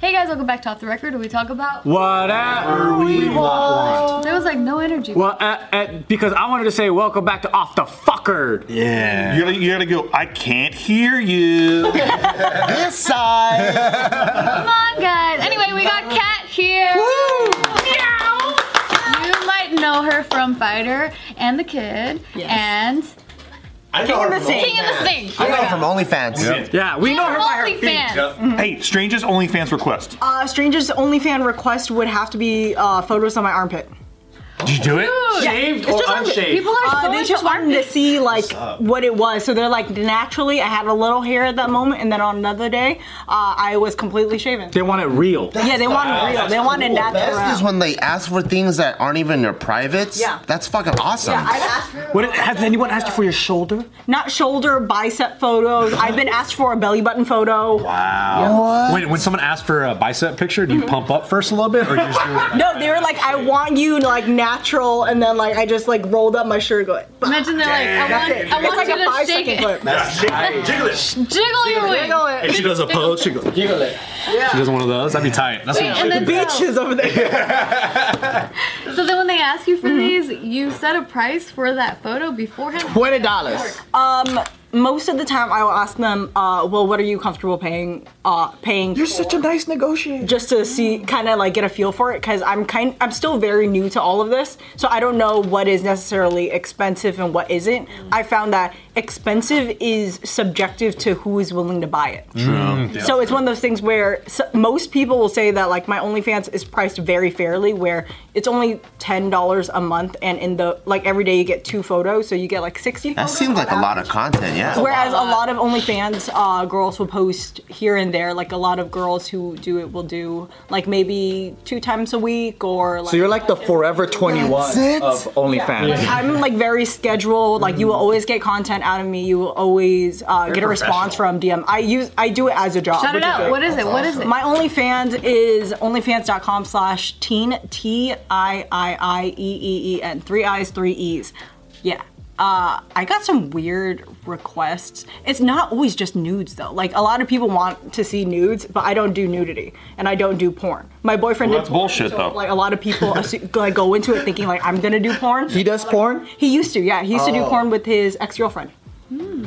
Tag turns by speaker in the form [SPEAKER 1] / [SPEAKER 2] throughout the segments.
[SPEAKER 1] Hey guys, welcome back to Off the Record. where We talk about.
[SPEAKER 2] Whatever we want.
[SPEAKER 1] There was like no energy.
[SPEAKER 2] Well, uh, uh, because I wanted to say welcome back to Off the Fucker.
[SPEAKER 3] Yeah.
[SPEAKER 4] You gotta, you gotta go, I can't hear you.
[SPEAKER 3] this side.
[SPEAKER 1] Come on, guys. Anyway, we got Kat here. Meow. You might know her from Fighter and the Kid and
[SPEAKER 5] I know her from
[SPEAKER 1] King of the Sing.
[SPEAKER 3] I know from OnlyFans.
[SPEAKER 2] Yeah, we know her by her
[SPEAKER 1] Only fans.
[SPEAKER 4] hey, strangers only fans request.
[SPEAKER 5] Uh, strangers only fan request would have to be uh, photos on my armpit.
[SPEAKER 2] Did you do it?
[SPEAKER 5] Yeah.
[SPEAKER 2] Shaved
[SPEAKER 5] It's
[SPEAKER 2] or
[SPEAKER 5] just on-
[SPEAKER 2] unshaved?
[SPEAKER 1] People are
[SPEAKER 5] Uh,
[SPEAKER 1] so
[SPEAKER 5] they
[SPEAKER 1] into
[SPEAKER 5] just wanted to
[SPEAKER 1] armpits.
[SPEAKER 5] see like what it was, so they're like naturally. I had a little hair at that moment, and then on another day, uh, I was completely shaven.
[SPEAKER 2] They want it real.
[SPEAKER 5] yeah, they wanted real. They wanted natural.
[SPEAKER 3] Best is when they ask for things that aren't even their privates.
[SPEAKER 5] Yeah.
[SPEAKER 3] That's fucking awesome.
[SPEAKER 5] yeah, I've asked for
[SPEAKER 2] What, has anyone asked you for your shoulder?
[SPEAKER 5] not shoulder, bicep photos. I've been asked for a belly button photo.
[SPEAKER 6] Wait, when someone asks for a bicep picture, do you
[SPEAKER 1] Mm-hmm.
[SPEAKER 6] pump up first a little bit, or you just do it?
[SPEAKER 5] No, they were like, I want you like natural, and then like I just like rolled up my shirt, going.
[SPEAKER 1] Imagine they're like, I want, I
[SPEAKER 5] It's
[SPEAKER 1] want
[SPEAKER 5] like
[SPEAKER 1] you
[SPEAKER 5] a five
[SPEAKER 1] to shake
[SPEAKER 5] second
[SPEAKER 1] it.
[SPEAKER 5] clip.
[SPEAKER 1] Jiggle your wig.
[SPEAKER 5] Go ahead.
[SPEAKER 6] If she does a pose, she goes. She does one of those. That'd be tight. That's what
[SPEAKER 1] And then,
[SPEAKER 5] Bitches over there.
[SPEAKER 1] so then when they ask you for these, you set a price for that photo beforehand.
[SPEAKER 3] Twenty dollars.
[SPEAKER 5] Um, most of the time, I will ask them, uh, "Well, what are you comfortable paying? Uh, paying?" You're such a nice negotiator. Just to see, kind of like get a feel for it, because I'm kind, I'm still very new to all of this, so I don't know what is necessarily expensive and what
[SPEAKER 3] Mm.
[SPEAKER 5] isn't. I found that expensive is subjective to who is willing to buy it.
[SPEAKER 3] Mm.
[SPEAKER 5] So it's one of those things where s most people will say that like my OnlyFans is priced very fairly, where it's only ten dollars a month, and in the like every day you get two photos, so you get like sixty.
[SPEAKER 3] That seems like a lot of content. Yeah.
[SPEAKER 5] Whereas a lot of OnlyFans uh, girls will post here and there, like a lot of girls who do it will do like maybe two times a week or like.
[SPEAKER 2] So you're like the forever 21
[SPEAKER 3] it?
[SPEAKER 2] of OnlyFans.
[SPEAKER 5] I'm like very scheduled. Like you
[SPEAKER 2] Mm-hmm.
[SPEAKER 5] will always get content out of me. You will always uh, get a response from DM. I use I do it as a job.
[SPEAKER 1] Shout it
[SPEAKER 5] which is
[SPEAKER 1] out.
[SPEAKER 5] good.
[SPEAKER 1] What is it? What is it?
[SPEAKER 5] My OnlyFans is onlyfans.com slash teen, T I I I E E E N. Three I's, three E's. Yeah. Uh, I got some weird requests. It's not always just nudes though. Like a lot of people want to see nudes, but I don't do nudity and I don't do porn. My boyfriend
[SPEAKER 4] Well,
[SPEAKER 5] did
[SPEAKER 4] that's
[SPEAKER 5] porn,
[SPEAKER 4] bullshit,
[SPEAKER 5] so,
[SPEAKER 4] though.
[SPEAKER 5] Like a lot of people assu- like go into it thinking like I'm gonna do porn.
[SPEAKER 2] He does porn? Oh.
[SPEAKER 5] He used to, yeah. He used to do porn with his ex girlfriend.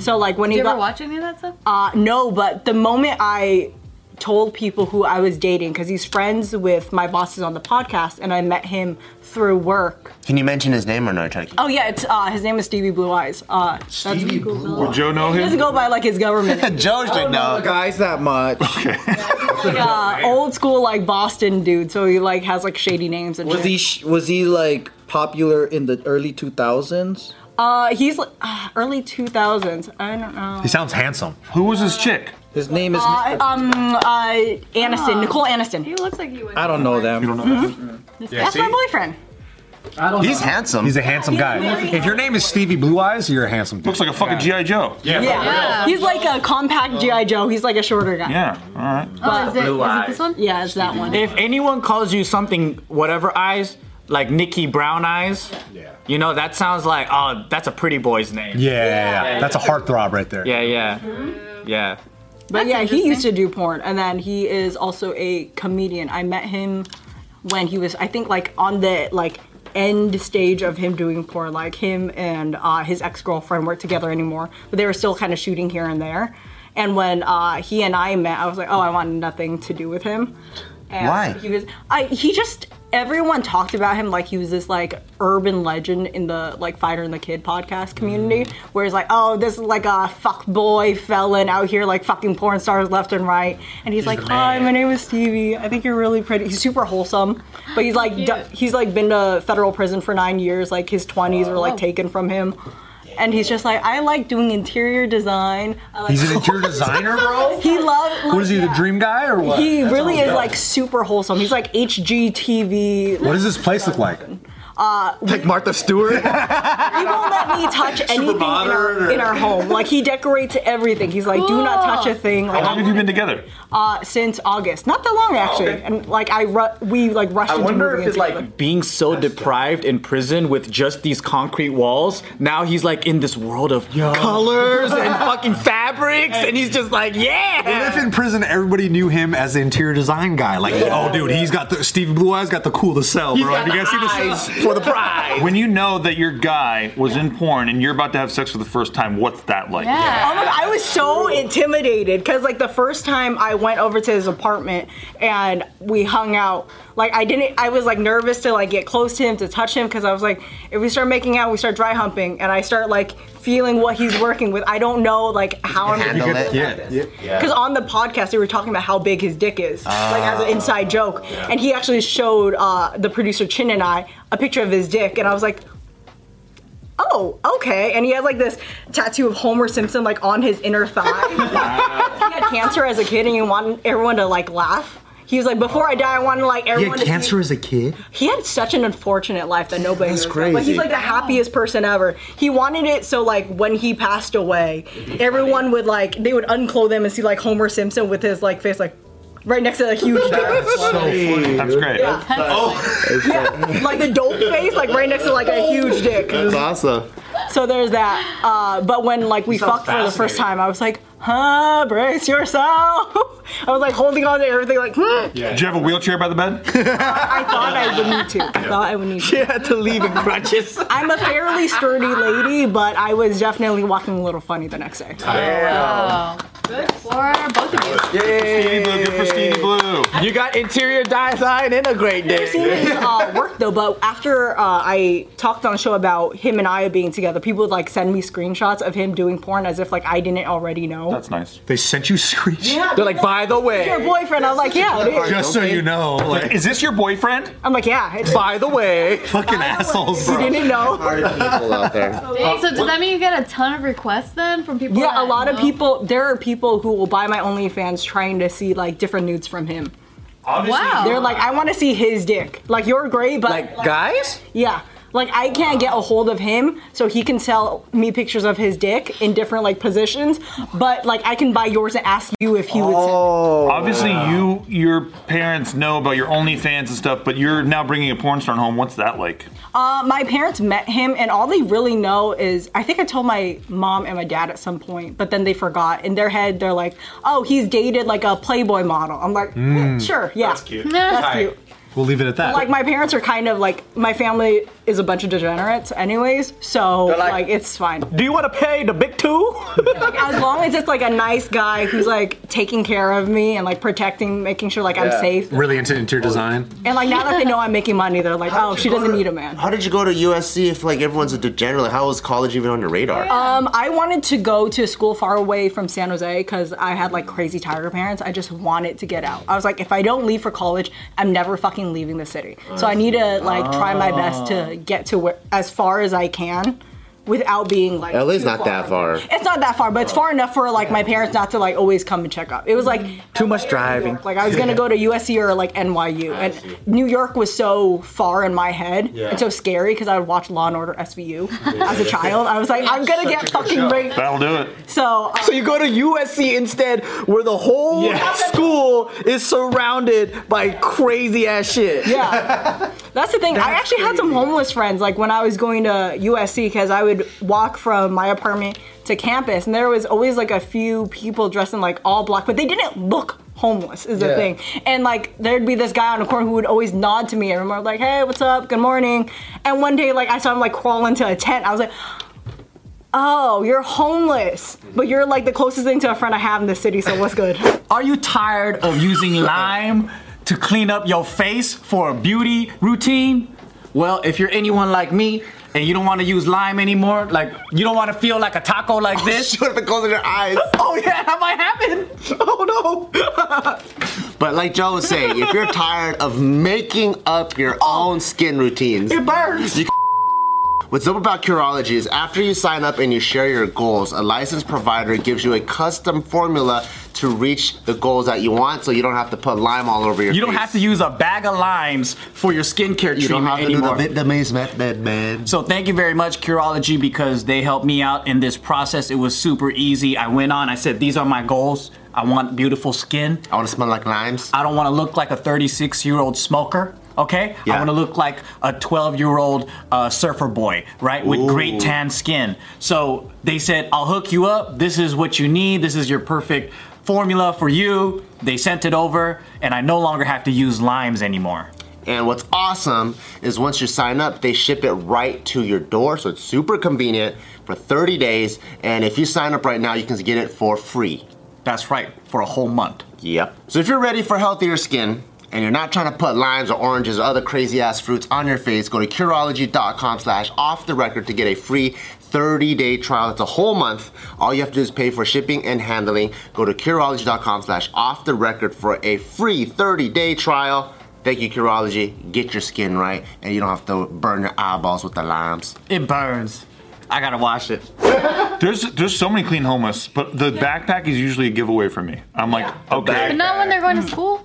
[SPEAKER 5] So like when
[SPEAKER 1] Do
[SPEAKER 5] he
[SPEAKER 1] Hmm. you
[SPEAKER 5] got
[SPEAKER 1] ever watch any of that stuff?
[SPEAKER 5] uh, no, but the moment I told people who I was dating, because he's friends with my bosses on the podcast, and I met him through work.
[SPEAKER 3] Can you mention his name or no? Try to keep-
[SPEAKER 5] Oh yeah, it's uh, his name is Stevie Blue Eyes. Uh, Stevie Blue
[SPEAKER 4] Would Joe know
[SPEAKER 5] He doesn't
[SPEAKER 4] him?
[SPEAKER 5] go by like his government, name.
[SPEAKER 3] Joe should know.
[SPEAKER 2] Guys, that much.
[SPEAKER 5] like uh, old school like Boston dude. So he like has like shady names and
[SPEAKER 7] Was
[SPEAKER 5] shit.
[SPEAKER 7] he sh- was he like popular in the early 2000s?
[SPEAKER 5] Uh, he's like uh, early two thousands. I don't know.
[SPEAKER 6] He sounds handsome.
[SPEAKER 4] Who was his chick?
[SPEAKER 7] His name is
[SPEAKER 5] Uh, um, uh, Aniston, Nicole Aniston.
[SPEAKER 1] He looks like you. would.
[SPEAKER 7] I don't know them.
[SPEAKER 5] That's my boyfriend.
[SPEAKER 3] He's handsome.
[SPEAKER 6] He's a handsome guy. If your name is Stevie Blue Eyes, you're a handsome dude.
[SPEAKER 4] Looks like a fucking G.I. Joe. Yeah.
[SPEAKER 5] Yeah. he's like a compact GI Joe. He's like a shorter guy.
[SPEAKER 4] all right.
[SPEAKER 1] Oh, is it, is it this one?
[SPEAKER 5] Yeah, it's that one.
[SPEAKER 2] If anyone calls you something, whatever eyes, like Nikki Brown eyes,
[SPEAKER 6] Yeah.
[SPEAKER 2] you know, that sounds like, oh, that's a pretty boy's name.
[SPEAKER 6] Yeah, yeah, yeah. that's a heartthrob right there.
[SPEAKER 2] Yeah, yeah. Yeah.
[SPEAKER 5] But
[SPEAKER 1] That's
[SPEAKER 5] yeah, he
[SPEAKER 1] interesting.
[SPEAKER 5] used to do porn, and then he is also a comedian. I met him when he was, I think, like on the like end stage of him doing porn. Like him and uh, his ex girlfriend weren't together anymore, but they were still kind of shooting here and there. And when uh, he and I met, I was like, oh, I want nothing to do with him. And
[SPEAKER 3] Why?
[SPEAKER 5] He was. I. He just. Everyone talked about him like he was this like urban legend in the like fighter and the kid podcast community, where it's like, oh, this is like a fuck boy felon out here like fucking porn stars left and right, and he's, like, hi, my name is Stevie. I think you're really pretty. He's super wholesome, but he's like, d- he's like been to federal prison for nine years. Like his twenties were like taken from him. And he's just like, I like doing interior design. I like
[SPEAKER 6] He's an interior designer, bro.
[SPEAKER 5] he loved.
[SPEAKER 6] What is he, the dream guy or what?
[SPEAKER 5] He really is like super wholesome. He's like HGTV.
[SPEAKER 6] What does this place look like?
[SPEAKER 5] uh,
[SPEAKER 2] Like Martha Stewart.
[SPEAKER 5] he won't let me touch anything in
[SPEAKER 6] modern
[SPEAKER 5] our,
[SPEAKER 6] or-
[SPEAKER 5] in our home. Like he decorates everything. He's like, do not touch a thing.
[SPEAKER 4] How
[SPEAKER 5] Like,
[SPEAKER 4] long have you been together?
[SPEAKER 5] uh, since August, not that long actually.
[SPEAKER 6] okay.
[SPEAKER 5] And like I, ru- we like rushed
[SPEAKER 2] I
[SPEAKER 5] into
[SPEAKER 2] wonder
[SPEAKER 5] moving
[SPEAKER 2] if
[SPEAKER 5] it
[SPEAKER 2] it's
[SPEAKER 5] together.
[SPEAKER 2] like being so deprived in prison with just these concrete walls. Now he's like in this world of colors and fucking fabrics, and he's just like,
[SPEAKER 6] If
[SPEAKER 2] yeah.
[SPEAKER 6] in prison everybody knew him as the interior design guy, like, oh dude, he's got the Steve Blue Eyes got the coolest cell, bro.
[SPEAKER 2] got
[SPEAKER 6] you guys
[SPEAKER 2] the
[SPEAKER 6] see this?
[SPEAKER 2] eyes for the prize.
[SPEAKER 4] When you know that your guy was in porn and you're about to have sex for the first time, what's that like?
[SPEAKER 5] Oh my god, I was so intimidated because like the first time I went over to his apartment and we hung out, like I didn't I was like nervous to like get close to him to touch him because I was like, if we start making out, we start dry humping and I start like feeling what he's working with. I don't know like how I'm
[SPEAKER 3] Handle
[SPEAKER 5] gonna
[SPEAKER 3] it.
[SPEAKER 6] Yeah, yeah.
[SPEAKER 5] because on the podcast they were talking about how big his dick is, like as an
[SPEAKER 3] Ah.
[SPEAKER 5] inside joke, and he actually showed uh, the producer Chin and I a picture of his dick, and I was like. Oh, okay. And he had like this tattoo of Homer Simpson like on his inner thigh. he had cancer as a kid, and he wanted everyone to like laugh. He was like, "Before I die, I want to like
[SPEAKER 6] He
[SPEAKER 5] everyone."
[SPEAKER 6] had
[SPEAKER 5] to see-
[SPEAKER 6] cancer as a kid.
[SPEAKER 5] he had such an unfortunate life that nobody That's But he's
[SPEAKER 3] crazy.
[SPEAKER 5] like the happiest person ever. He wanted it so like when he passed away, everyone would like they would unclothe him and see like Homer Simpson with his like face like right next to a huge dick.
[SPEAKER 4] That's great.
[SPEAKER 5] yeah, like the dope face like right next to like a huge dick.
[SPEAKER 3] That's awesome.
[SPEAKER 5] So there's that. Uh, but when like we fucked for the first time, I was like, huh, brace yourself. I was like holding on to everything like hmm.
[SPEAKER 4] Did you have a wheelchair by the bed?
[SPEAKER 5] I thought I would need to. I thought I would need to.
[SPEAKER 2] You had to leave in crutches.
[SPEAKER 5] I'm a fairly sturdy lady, but I was definitely walking a little funny the next day.
[SPEAKER 1] Wow. Good Oh, for both of you.
[SPEAKER 4] Stevie Blue, good for Stevie Blue.
[SPEAKER 2] You got interior design and a great
[SPEAKER 5] seen
[SPEAKER 2] day.
[SPEAKER 5] his uh, work though, but after uh, I talked on a show about him and I being together, people would like send me screenshots of him doing porn as if like I didn't already know.
[SPEAKER 4] That's nice.
[SPEAKER 6] They sent you screech.
[SPEAKER 5] yeah,
[SPEAKER 2] They're like, by the
[SPEAKER 5] your
[SPEAKER 2] way,
[SPEAKER 5] boyfriend. I was like, yeah, it is.
[SPEAKER 6] Just so you know, like
[SPEAKER 4] Is this your boyfriend?
[SPEAKER 5] I'm like, yeah, it's
[SPEAKER 2] by the way,
[SPEAKER 6] fucking assholes,
[SPEAKER 5] you
[SPEAKER 6] bro.
[SPEAKER 5] didn't know.
[SPEAKER 3] Party people out there.
[SPEAKER 1] Dang, so does that mean you get a ton of requests then from people?
[SPEAKER 5] Yeah, a
[SPEAKER 1] that
[SPEAKER 5] lot of
[SPEAKER 1] know?
[SPEAKER 5] people. There are people who will buy my OnlyFans trying to see like different nudes from him.
[SPEAKER 1] Wow.
[SPEAKER 5] They're like, I want to see his dick. Like you're great, but
[SPEAKER 2] like guys,
[SPEAKER 5] Yeah. Like I can't get a hold of him, so he can sell me pictures of his dick in different like positions. But like I can buy yours and ask you if he would. Send.
[SPEAKER 4] Obviously, you your parents know about your OnlyFans and stuff, but you're now bringing a porn star home. What's that like?
[SPEAKER 5] Uh, my parents met him, and all they really know is I think I told my mom and my dad at some point, but then they forgot. In their head, they're like, "Oh, he's dated like a Playboy model." I'm like, "Hmm, "Sure, yeah, that's cute." That's cute.
[SPEAKER 6] We'll leave it at that.
[SPEAKER 5] Like my parents are kind of like my family is a bunch of degenerates, anyways. So
[SPEAKER 2] like-
[SPEAKER 5] like it's fine.
[SPEAKER 2] do you want to pay the big two?
[SPEAKER 5] as long as it's like a nice guy who's like taking care of me and like protecting, making sure like I'm safe.
[SPEAKER 6] really into interior design.
[SPEAKER 5] And like now that they know I'm making money, they're like, oh, she doesn't need a man.
[SPEAKER 3] How did you go to USC if like everyone's a degenerate? Like, How was college even on your radar?
[SPEAKER 5] Um, I wanted to go to a school far away from San Jose because I had like crazy tiger parents. I just wanted to get out. I was like, if I don't leave for college, I'm never fucking leaving the city. So I need to like try my best to get to where, as far as I can without being like
[SPEAKER 3] LA's
[SPEAKER 5] too
[SPEAKER 3] not that far.
[SPEAKER 5] It's not that far, but it's far enough for like my parents not to like always come and check up. It was like
[SPEAKER 2] Too much driving.
[SPEAKER 5] Like I was gonna go to USC or like NYU, and New York was so far in my head and so scary because I would watch Law and Order SVU as a child. I was like, I'm gonna get fucking raped.
[SPEAKER 4] That'll do it.
[SPEAKER 5] So uh,
[SPEAKER 2] So you go to USC instead, where the whole school is surrounded by crazy ass shit.
[SPEAKER 5] yeah, that's the thing. I actually had some homeless friends like when I was going to USC because I would walk from my apartment to campus, and there was always like a few people dressed in like all black, but they didn't look. Homeless is the
[SPEAKER 7] Yeah.
[SPEAKER 5] thing, and like there'd be this guy on the corner who would always nod to me. and Everyone was like, "Hey, what's up? Good morning." And one day, like I saw him like crawl into a tent. I was like, "Oh, you're homeless, but you're like the closest thing to a friend I have in the city. So what's good?"
[SPEAKER 2] Are you tired of using lime to clean up your face for a beauty routine? Well, if you're anyone like me and you don't want to use lime anymore, like you don't want to feel like a taco
[SPEAKER 3] Oh,
[SPEAKER 2] like this.
[SPEAKER 3] What if it goes in your eyes?
[SPEAKER 2] Oh yeah, that might happen. Oh no.
[SPEAKER 3] But like Joe was saying, if you're
[SPEAKER 5] Oh.
[SPEAKER 3] tired of making up your own skin routines,
[SPEAKER 2] It burns.
[SPEAKER 3] You- What's dope about Curology is after you sign up and you share your goals, a licensed provider gives you a custom formula to reach the goals that you want, so you don't have to put lime all over your.
[SPEAKER 2] You don't
[SPEAKER 3] face.
[SPEAKER 2] have to use a bag of limes for your skincare
[SPEAKER 3] You don't
[SPEAKER 2] treatment
[SPEAKER 3] have to do
[SPEAKER 2] anymore.
[SPEAKER 3] the
[SPEAKER 6] Vietnamese method, man.
[SPEAKER 2] So thank you very much, Curology, because they helped me out in this process. It was super easy. I went on. I said, "These are my goals. I want beautiful skin.
[SPEAKER 3] I want to smell like limes.
[SPEAKER 2] I don't want to look like a 36-year-old smoker." Okay, I
[SPEAKER 3] Yeah.
[SPEAKER 2] want to look like a 12-year-old uh, surfer boy, right, with great tan skin. So they said, "I'll hook you up. This is what you need. This is your perfect formula for you." They sent it over, and I no longer have to use limes anymore.
[SPEAKER 3] And what's awesome is once you sign up, they ship it right to your door, so it's super convenient for 30 days. And if you sign up right now, you can get it for free.
[SPEAKER 2] That's right, for a whole month.
[SPEAKER 3] Yep. So if you're ready for healthier skin and you're not trying to put limes or oranges or other crazy ass fruits on your face, go to Curology.com slash off the record to get a free 30 day trial. It's a whole month. All you have to do is pay for shipping and handling. Go to Curology.com slash off the record for a free 30 day trial. Thank you, Curology. Get your skin right and you don't have to burn your eyeballs with the limes.
[SPEAKER 2] It burns. I gotta wash it.
[SPEAKER 4] There's there's so many clean homeless, but the backpack is usually a giveaway for me. I'm like,
[SPEAKER 1] But
[SPEAKER 4] okay,
[SPEAKER 1] not when they're
[SPEAKER 5] Hmm.
[SPEAKER 1] going to school.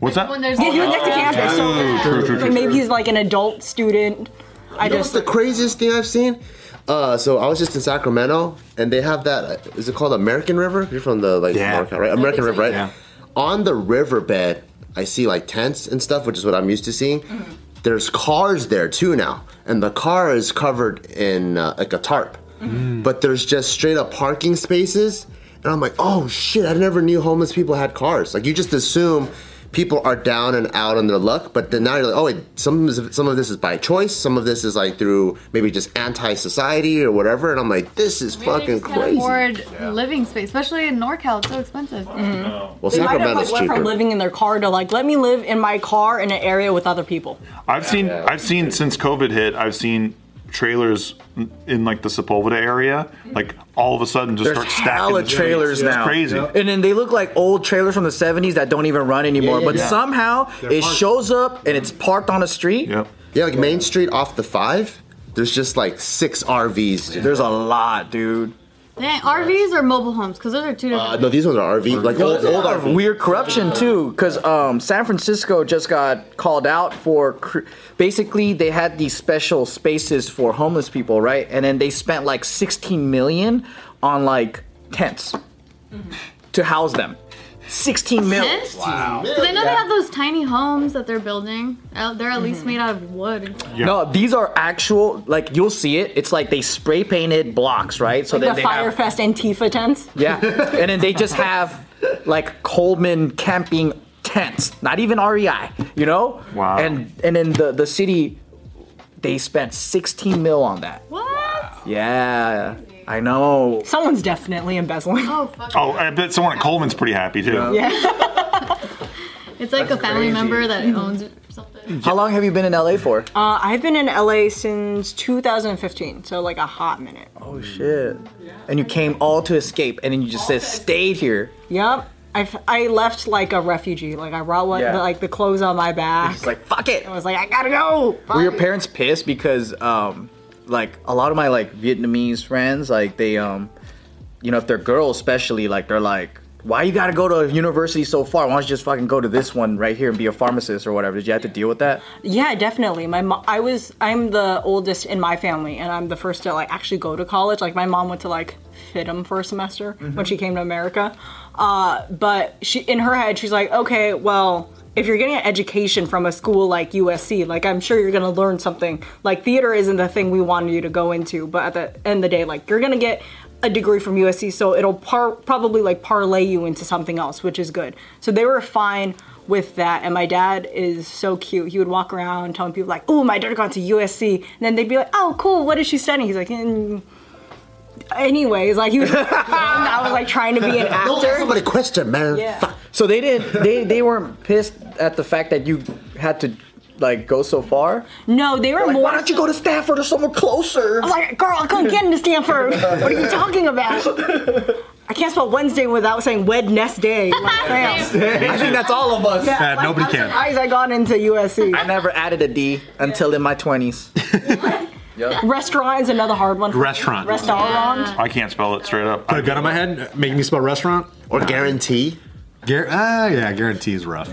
[SPEAKER 4] what's that?
[SPEAKER 1] When there's
[SPEAKER 5] Yeah, he was
[SPEAKER 7] Oh,
[SPEAKER 5] next to campus, so
[SPEAKER 4] True, true, true.
[SPEAKER 5] maybe he's like an adult student. I
[SPEAKER 3] You know what's
[SPEAKER 5] just
[SPEAKER 3] the craziest thing I've seen? Uh, so I was just in Sacramento, and they have that. uh, Is it called American River? You're from the like
[SPEAKER 6] Yeah.
[SPEAKER 3] Marquette, right? American River, right?
[SPEAKER 6] Yeah.
[SPEAKER 3] On the riverbed, I see like tents and stuff, which is what I'm used to seeing. There's cars there too now, and the car is covered in uh, like a tarp, but there's just straight up parking spaces. And I'm like, oh shit! I never knew homeless people had cars. Like you just assume people are down and out on their luck, but then now you're like, oh, wait, some of- some of this is by choice, some of this is like through maybe just anti-society or whatever, and I'm like, this is fucking
[SPEAKER 1] Can't
[SPEAKER 3] crazy.
[SPEAKER 1] afford living space, especially in NorCal. It's so expensive.
[SPEAKER 5] Mm-hmm.
[SPEAKER 3] Well,
[SPEAKER 5] they might have like
[SPEAKER 3] Sacramento's
[SPEAKER 5] went from
[SPEAKER 3] cheaper.
[SPEAKER 5] living in their car to like let me live in my car in an area with other people.
[SPEAKER 4] I've seen I've seen since COVID hit, I've seen trailers in like the Sepulveda area, like all of a sudden just
[SPEAKER 2] There's
[SPEAKER 4] start stacking.
[SPEAKER 2] hella
[SPEAKER 4] the streets.
[SPEAKER 2] trailers
[SPEAKER 4] it's
[SPEAKER 2] now.
[SPEAKER 4] Crazy.
[SPEAKER 7] And then they look like old trailers from the 70s that don't even run anymore.
[SPEAKER 3] yeah,
[SPEAKER 7] but
[SPEAKER 3] yeah.
[SPEAKER 7] somehow it shows up and it's parked on a street.
[SPEAKER 4] Yep.
[SPEAKER 3] Yeah, like Main Street off the five. There's just like six RVs.
[SPEAKER 7] There's a lot, dude.
[SPEAKER 1] Dang, RVs or mobile homes? Because those are two different.
[SPEAKER 3] Uh, no, these ones are RV. Like old, old RV.
[SPEAKER 7] Weird corruption too, because um, San Francisco just got called out for cr- basically they had these special spaces for homeless people, right? And then they spent like 16 million on like tents to house them. 16 million.
[SPEAKER 1] Because I know they have those tiny homes that they're building. Uh, They're at
[SPEAKER 5] Mm-hmm.
[SPEAKER 1] least made out of wood.
[SPEAKER 7] No, these are actual. Like you'll see it. It's like they spray painted blocks, right? So
[SPEAKER 5] The
[SPEAKER 7] then they have-
[SPEAKER 5] Firefest Antifa tents.
[SPEAKER 7] Yeah, and then they just have like Coleman camping tents, not even REI, you know?
[SPEAKER 4] Wow.
[SPEAKER 7] And and then the the city, they spent 16 mil on that.
[SPEAKER 1] What?
[SPEAKER 7] Yeah, I know.
[SPEAKER 5] Someone's definitely embezzling. Uh,
[SPEAKER 1] Oh fuck!
[SPEAKER 4] Oh, I bet someone at Coleman's pretty happy too.
[SPEAKER 1] It's like a family member that
[SPEAKER 5] Mm-hmm.
[SPEAKER 1] owns it or something.
[SPEAKER 7] How long have you been in LA for?
[SPEAKER 5] Uh, I've been in LA since 2015, so like a hot minute.
[SPEAKER 7] oh shit. And you came all to escape, and then you just said stayed here.
[SPEAKER 5] Yep. I've, I left like a refugee. Like I brought what,
[SPEAKER 7] Yeah.
[SPEAKER 5] the, like the clothes on my back.
[SPEAKER 7] It's like fuck it.
[SPEAKER 5] I was like, I gotta go.
[SPEAKER 7] Were your parents pissed because um like a lot of my like Vietnamese friends like they um you know if they're girls especially like they're like why you gotta go to university so far? Why don't you just fucking go to this one right here and be a pharmacist or whatever? Did you have to deal with that?
[SPEAKER 5] Yeah, definitely. My mom, I was, I'm the oldest in my family, and I'm the first to like actually go to college. Like my mom went to like FITM for a semester when she came to America, uh, but she in her head she's like, okay, well. If you're getting an education from a school like USC, like I'm sure you're gonna learn something. Like theater isn't the thing we wanted you to go into, but at the end of the day, like you're gonna get a degree from USC, so it'll par- probably like parlay you into something else, which is good. So they were fine with that. And my dad is so cute. He would walk around telling people like, "Oh, my daughter got to USC," and then they'd be like, "Oh, cool. What is she studying?" He's like, mm. "Anyways, like he was." and I was like trying to be an
[SPEAKER 3] Don't ask
[SPEAKER 5] actor.
[SPEAKER 3] somebody a question, man.
[SPEAKER 5] Yeah.
[SPEAKER 3] Fuck.
[SPEAKER 7] So they didn't. They they weren't pissed at the fact that you had to like go so far.
[SPEAKER 5] No, they were
[SPEAKER 7] Like,
[SPEAKER 5] more.
[SPEAKER 7] why don't you go to Stanford or somewhere closer?
[SPEAKER 5] Oh, I was like, "Girl, I couldn't get into Stanford. what are you talking about?" I can't spell Wednesday without saying Wednesday. Like, damn.
[SPEAKER 7] I think that's all of us.
[SPEAKER 4] Uh, nobody
[SPEAKER 5] I'm
[SPEAKER 4] can.
[SPEAKER 5] surprised I got into USC.
[SPEAKER 7] I never added a D until in my twenties.
[SPEAKER 5] Restaurant is another hard one. for me.
[SPEAKER 6] Restaurant.
[SPEAKER 5] Restaurant.
[SPEAKER 4] I can't spell it straight up.
[SPEAKER 6] Put a gun in my head, making me spell restaurant.
[SPEAKER 3] Or guarantee.
[SPEAKER 6] Guar- ah, yeah, guarantee is rough.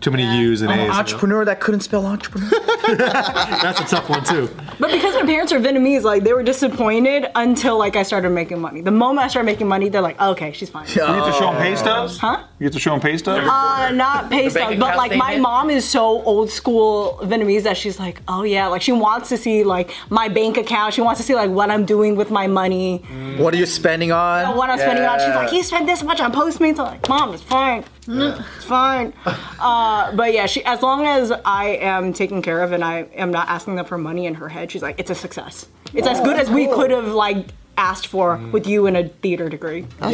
[SPEAKER 6] Too many U's and
[SPEAKER 7] I'm an
[SPEAKER 6] A's.
[SPEAKER 7] entrepreneur that couldn't spell entrepreneur.
[SPEAKER 6] That's a tough one too.
[SPEAKER 5] But because my parents are Vietnamese, like they were disappointed until like I started making money. The moment I started making money, they're like, okay, she's fine.
[SPEAKER 4] You get to
[SPEAKER 6] Uh,
[SPEAKER 4] show them pay stubs?
[SPEAKER 5] Huh?
[SPEAKER 4] You get to show them pay stubs?
[SPEAKER 5] Uh, not pay stuff,
[SPEAKER 7] bank
[SPEAKER 5] but
[SPEAKER 7] account
[SPEAKER 5] like my
[SPEAKER 7] statement.
[SPEAKER 5] mom is so old school Vietnamese that she's like, oh yeah, like she wants to see like my bank account. She wants to see like what I'm doing with my money,
[SPEAKER 7] Mm. what are you spending on?
[SPEAKER 5] what I'm spending on. She's
[SPEAKER 7] Yeah.
[SPEAKER 5] like, you spent this much on Postmates. I'm like, mom, it's fine, Mm, it's fine. Uh, but yeah, she as long as I am taken care of and I am not asking them for money in her head, she's like, it's a success. It's
[SPEAKER 7] Oh,
[SPEAKER 5] as good as we could have like asked for
[SPEAKER 7] Mm.
[SPEAKER 5] with you in a theater degree.
[SPEAKER 4] Yeah.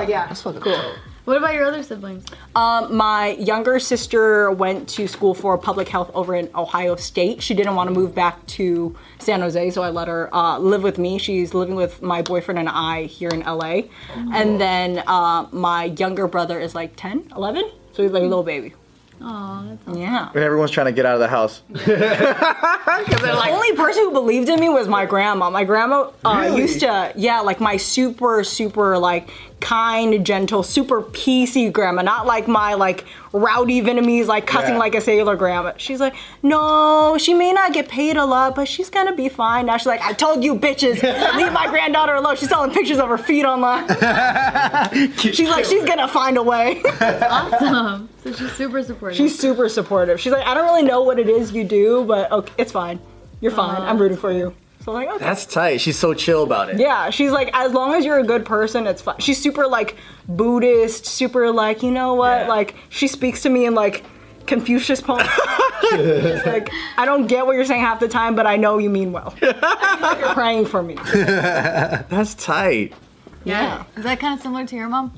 [SPEAKER 5] Like yeah, that's cool.
[SPEAKER 1] What about your other siblings?
[SPEAKER 5] Um, my younger sister went to school for public health over in Ohio State. She didn't want to move back to San Jose, so I let her uh, live with me. She's living with my boyfriend and I here in LA. And then uh, my younger brother is like 10, 11, so he's like a little baby.
[SPEAKER 1] Aw, that's awesome.
[SPEAKER 5] Yeah.
[SPEAKER 7] And everyone's trying to get out of the house.
[SPEAKER 5] the only person who believed in me was my grandma. My grandma uh, used to, yeah, like my super, super, like kind, gentle, super PC grandma, not like my like rowdy Vietnamese, like cussing
[SPEAKER 7] Yeah.
[SPEAKER 5] like a sailor grandma. She's like, no, she may not get paid a lot, but she's gonna be fine. Now she's like, I told you, bitches, leave my granddaughter alone. She's selling pictures of her feet online. she's like, she's gonna find a way.
[SPEAKER 1] awesome. So she's super supportive.
[SPEAKER 5] She's super supportive. She's like, I don't really know what it is you do, but okay, it's fine. You're fine. I'm rooting for you. So I'm like, okay.
[SPEAKER 7] That's tight. She's so chill about it.
[SPEAKER 5] Yeah, she's like, as long as you're a good person, it's fine. She's super like Buddhist, super like, you know what?
[SPEAKER 7] Yeah.
[SPEAKER 5] Like she speaks to me in like Confucius poem. She's like, I don't get what you're saying half the time, but I know you mean well. I feel like you're praying for me.
[SPEAKER 7] That's tight.
[SPEAKER 1] yeah. Is that kind of similar to your mom?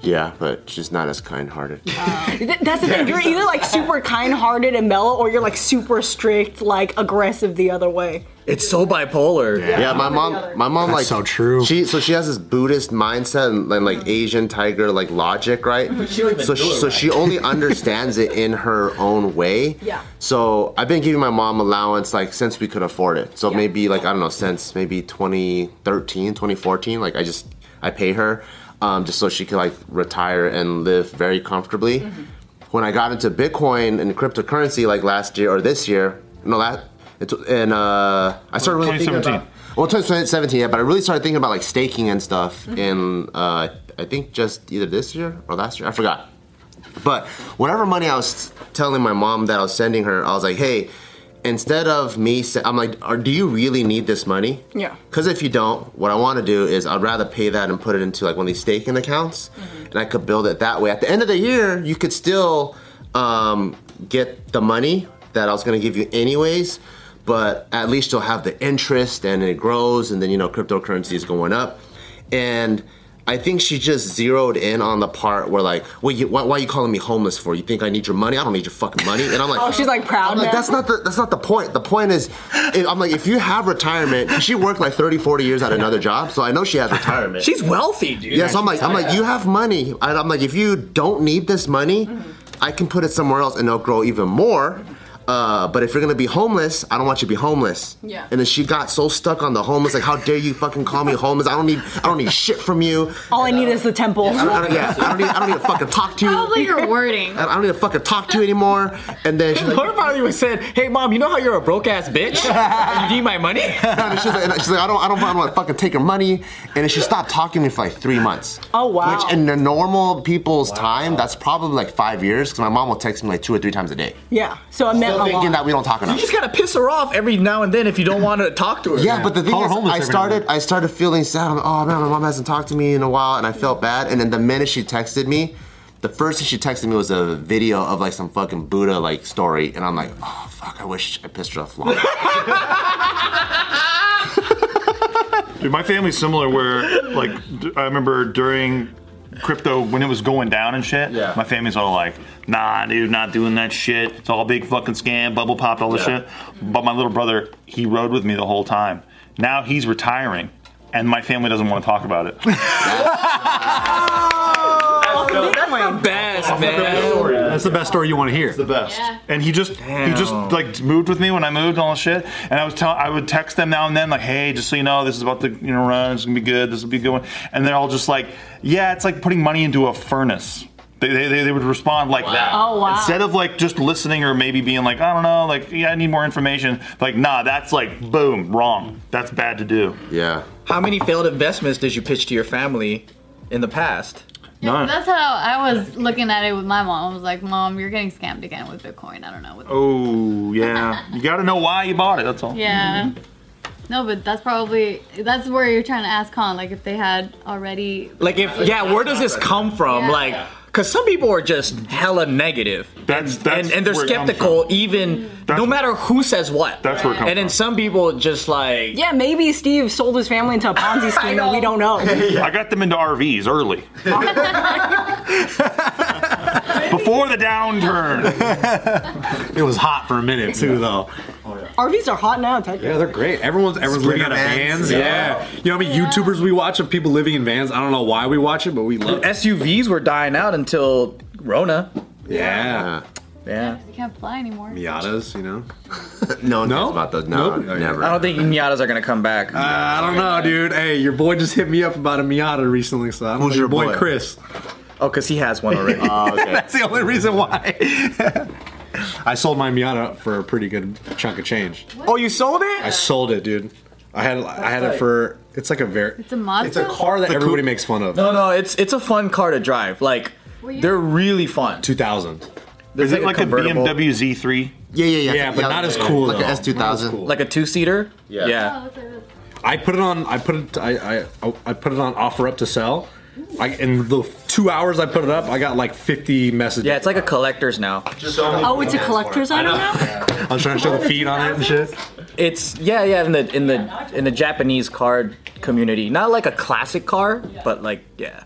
[SPEAKER 3] Yeah, but she's not as kind-hearted.
[SPEAKER 5] Th- That's the thing. You're either like super kind-hearted and mellow, or you're like super strict, like aggressive the other way.
[SPEAKER 7] It's so bipolar.
[SPEAKER 3] Yeah, my
[SPEAKER 5] other.
[SPEAKER 3] mom. My mom like
[SPEAKER 6] so true.
[SPEAKER 3] She so she has this Buddhist mindset and, and, like Asian tiger like logic, right? so she, so she only understands it in her own way.
[SPEAKER 5] Yeah.
[SPEAKER 3] So I've been giving my mom allowance like since we could afford it. So maybe like I don't know since maybe 2013, 2014. Like I just I pay her um, just so she could like retire and live very comfortably. When I got into Bitcoin and cryptocurrency like last year or this year, no last. It's, and uh, I started really thinking
[SPEAKER 4] 2017.
[SPEAKER 3] about well, 2017, yeah, but I really started thinking about like staking and stuff in, uh, I think just either this year or last year. I forgot. But whatever money I was telling my mom that I was sending her, I was like, hey, instead of me, se- I'm like, are, do you really need this money?
[SPEAKER 5] Yeah.
[SPEAKER 3] Because if you don't, what I want to do is I'd rather pay that and put it into like one of these staking accounts, and I could build it that way. At the end of the year, you could still um, get the money that I was going to give you anyways, but at least you'll have the interest and it grows, and then you know cryptocurrency is going up, and. I think she just zeroed in on the part where like, wait, you, why, why are you calling me homeless for? You think I need your money? I don't need your fucking money. And I'm like,
[SPEAKER 5] Oh, she's like proud
[SPEAKER 3] I'm like,
[SPEAKER 5] now.
[SPEAKER 3] that's not the that's not the point. The point is, if, I'm like, if you have retirement, she worked like 30, 40 years at another job, so I know she has retirement.
[SPEAKER 7] She's wealthy, dude.
[SPEAKER 3] yeah, so I'm like, I'm like, you have money. And I'm like, if you don't need this money, I can put it somewhere else and it'll grow even more. Uh, but if you're gonna be homeless, I don't want you to be homeless.
[SPEAKER 5] Yeah.
[SPEAKER 3] And then she got so stuck on the homeless, like, how dare you fucking call me homeless? I don't need, I don't need shit from you.
[SPEAKER 5] All I need is the temple.
[SPEAKER 3] I don't, I don't- yeah, I don't need, I don't need to fucking talk to you.
[SPEAKER 1] Probably your wording.
[SPEAKER 3] I don't need to fucking talk to you anymore. And then she's like,
[SPEAKER 7] What if I even said, hey, mom, you know how you're a broke ass bitch? and you need my money?
[SPEAKER 3] And she's like, and she's like, I don't, I don't, I don't want to fucking take her money. And then she stopped talking to me for like three months.
[SPEAKER 5] Oh, wow.
[SPEAKER 3] Which in the normal people's time, that's probably like five years. Because my mom will text me like two or three times a day,
[SPEAKER 5] Yeah. So I meant
[SPEAKER 3] still
[SPEAKER 5] a
[SPEAKER 3] thinking
[SPEAKER 5] lot.
[SPEAKER 3] that we don't talk
[SPEAKER 7] You
[SPEAKER 3] enough.
[SPEAKER 7] just gotta piss her off every now and then if you don't want to talk to her.
[SPEAKER 3] Yeah, but the thing
[SPEAKER 6] Call her
[SPEAKER 3] is,
[SPEAKER 6] homeless
[SPEAKER 3] I
[SPEAKER 6] every
[SPEAKER 3] started,
[SPEAKER 6] now
[SPEAKER 3] I started feeling sad. I'm like, oh man, my mom hasn't talked to me in a while, and I felt bad. And then the minute she texted me, the first thing she texted me was a video of like some fucking Buddha like story, and I'm like, oh fuck, I wish I pissed her off long.
[SPEAKER 4] Dude, my family's similar where, like, d- I remember during crypto when it was going down and shit,
[SPEAKER 3] Yeah.
[SPEAKER 4] my family's all like, nah, dude, not doing that shit. It's all a big fucking scam, bubble popped, all this
[SPEAKER 3] Yeah.
[SPEAKER 4] shit. But my little brother, he rode with me the whole time. Now he's retiring, and my family doesn't want to talk about it.
[SPEAKER 5] Oh,
[SPEAKER 7] Best, man.
[SPEAKER 6] That's the best story you want to hear.
[SPEAKER 4] the best.
[SPEAKER 1] Yeah.
[SPEAKER 4] And he just he just
[SPEAKER 7] Damn.
[SPEAKER 4] like moved with me when I moved and all the shit. And I was telling I would text them now and then like, hey, just so you know, this is about to you know run. It's gonna be good. This will be a good one. And they're all just like, yeah, it's like putting money into a furnace. They, they, they- they would respond like that.
[SPEAKER 5] Oh, wow.
[SPEAKER 4] Instead of like just listening or maybe being like, I don't know, like, yeah, I need more information. Like, nah, that's like, boom, wrong. That's bad to do.
[SPEAKER 3] Yeah.
[SPEAKER 7] How many failed investments did you pitch to your family in the past?
[SPEAKER 4] None.
[SPEAKER 1] That's how I was looking at it with my mom. I was like, Mom, you're getting scammed again with Bitcoin. I don't know. What
[SPEAKER 4] Oh, yeah. you gotta know why you bought it. That's all.
[SPEAKER 1] Yeah. No, but that's probably that's where you're trying to ask Con, like if they had already.
[SPEAKER 7] Like, if yeah, where does this come from?
[SPEAKER 1] Yeah.
[SPEAKER 7] Like, because some people are just hella negative.
[SPEAKER 4] That's, that's
[SPEAKER 7] and, and they're
[SPEAKER 4] where it comes
[SPEAKER 7] skeptical
[SPEAKER 4] from.
[SPEAKER 7] even no
[SPEAKER 4] That's-
[SPEAKER 7] matter who says what
[SPEAKER 4] That's where it comes
[SPEAKER 7] and then
[SPEAKER 4] from.
[SPEAKER 7] some people just like
[SPEAKER 5] Yeah, maybe Steve sold his family into a Ponzi scheme and we don't know.
[SPEAKER 4] I got them into RVs early. Before the downturn.
[SPEAKER 6] It was hot for a minute too, though.
[SPEAKER 5] RVs are hot now, technically.
[SPEAKER 6] Yeah, they're great. Everyone's everyone's living
[SPEAKER 3] Sprinter
[SPEAKER 6] out of
[SPEAKER 3] vans.
[SPEAKER 6] vans. Yeah. You know, how many YouTubers we watch of people living in vans. I don't know why we watch it, but we love. it.
[SPEAKER 7] suvs were dying out until rona
[SPEAKER 6] Yeah.
[SPEAKER 7] yeah
[SPEAKER 1] You can't fly anymore.
[SPEAKER 6] Miatas, you know.
[SPEAKER 3] No one
[SPEAKER 6] No?
[SPEAKER 3] cares about those. No,
[SPEAKER 6] Nope.
[SPEAKER 3] never.
[SPEAKER 7] i don't think miatas are gonna come back
[SPEAKER 6] Uh, I don't know, dude. Hey, your boy just hit me up about a Miata recently, so I don't
[SPEAKER 3] Who's
[SPEAKER 6] know,
[SPEAKER 3] your
[SPEAKER 6] boy,
[SPEAKER 3] boy?
[SPEAKER 6] Chris.
[SPEAKER 7] oh because he has one already
[SPEAKER 4] uh,
[SPEAKER 3] Oh, okay.
[SPEAKER 6] That's the only reason why. I sold my Miata for a pretty good chunk of change.
[SPEAKER 7] oh you sold
[SPEAKER 6] I
[SPEAKER 7] it
[SPEAKER 6] sold it, dude. I had I had it for it's like a very
[SPEAKER 1] It's a Mazda?
[SPEAKER 6] It's a car that everybody makes fun of.
[SPEAKER 7] no no it's it's a fun car to drive like
[SPEAKER 1] you-
[SPEAKER 7] they're really fun
[SPEAKER 6] Two thousand.
[SPEAKER 7] There's
[SPEAKER 4] Is it like a
[SPEAKER 7] convertible-
[SPEAKER 4] BMW Z3?
[SPEAKER 3] Yeah, yeah, yeah.
[SPEAKER 6] Yeah, but not as cool,
[SPEAKER 3] Like
[SPEAKER 6] though.
[SPEAKER 3] an S two thousand.
[SPEAKER 7] like a two-seater
[SPEAKER 3] Yeah.
[SPEAKER 7] yeah
[SPEAKER 1] Oh, that's what it was.
[SPEAKER 6] I put it on. I put it. I I, I put it on offer up to sell. I, in the two hours I put it up, I got like 50 messages.
[SPEAKER 7] yeah it's like a collector's now
[SPEAKER 5] Oh, it's a collector's item now?
[SPEAKER 6] I was trying to show the feet on it and shit.
[SPEAKER 7] It's yeah, yeah, in the in the in the Japanese card community. Not like a classic car, but like yeah.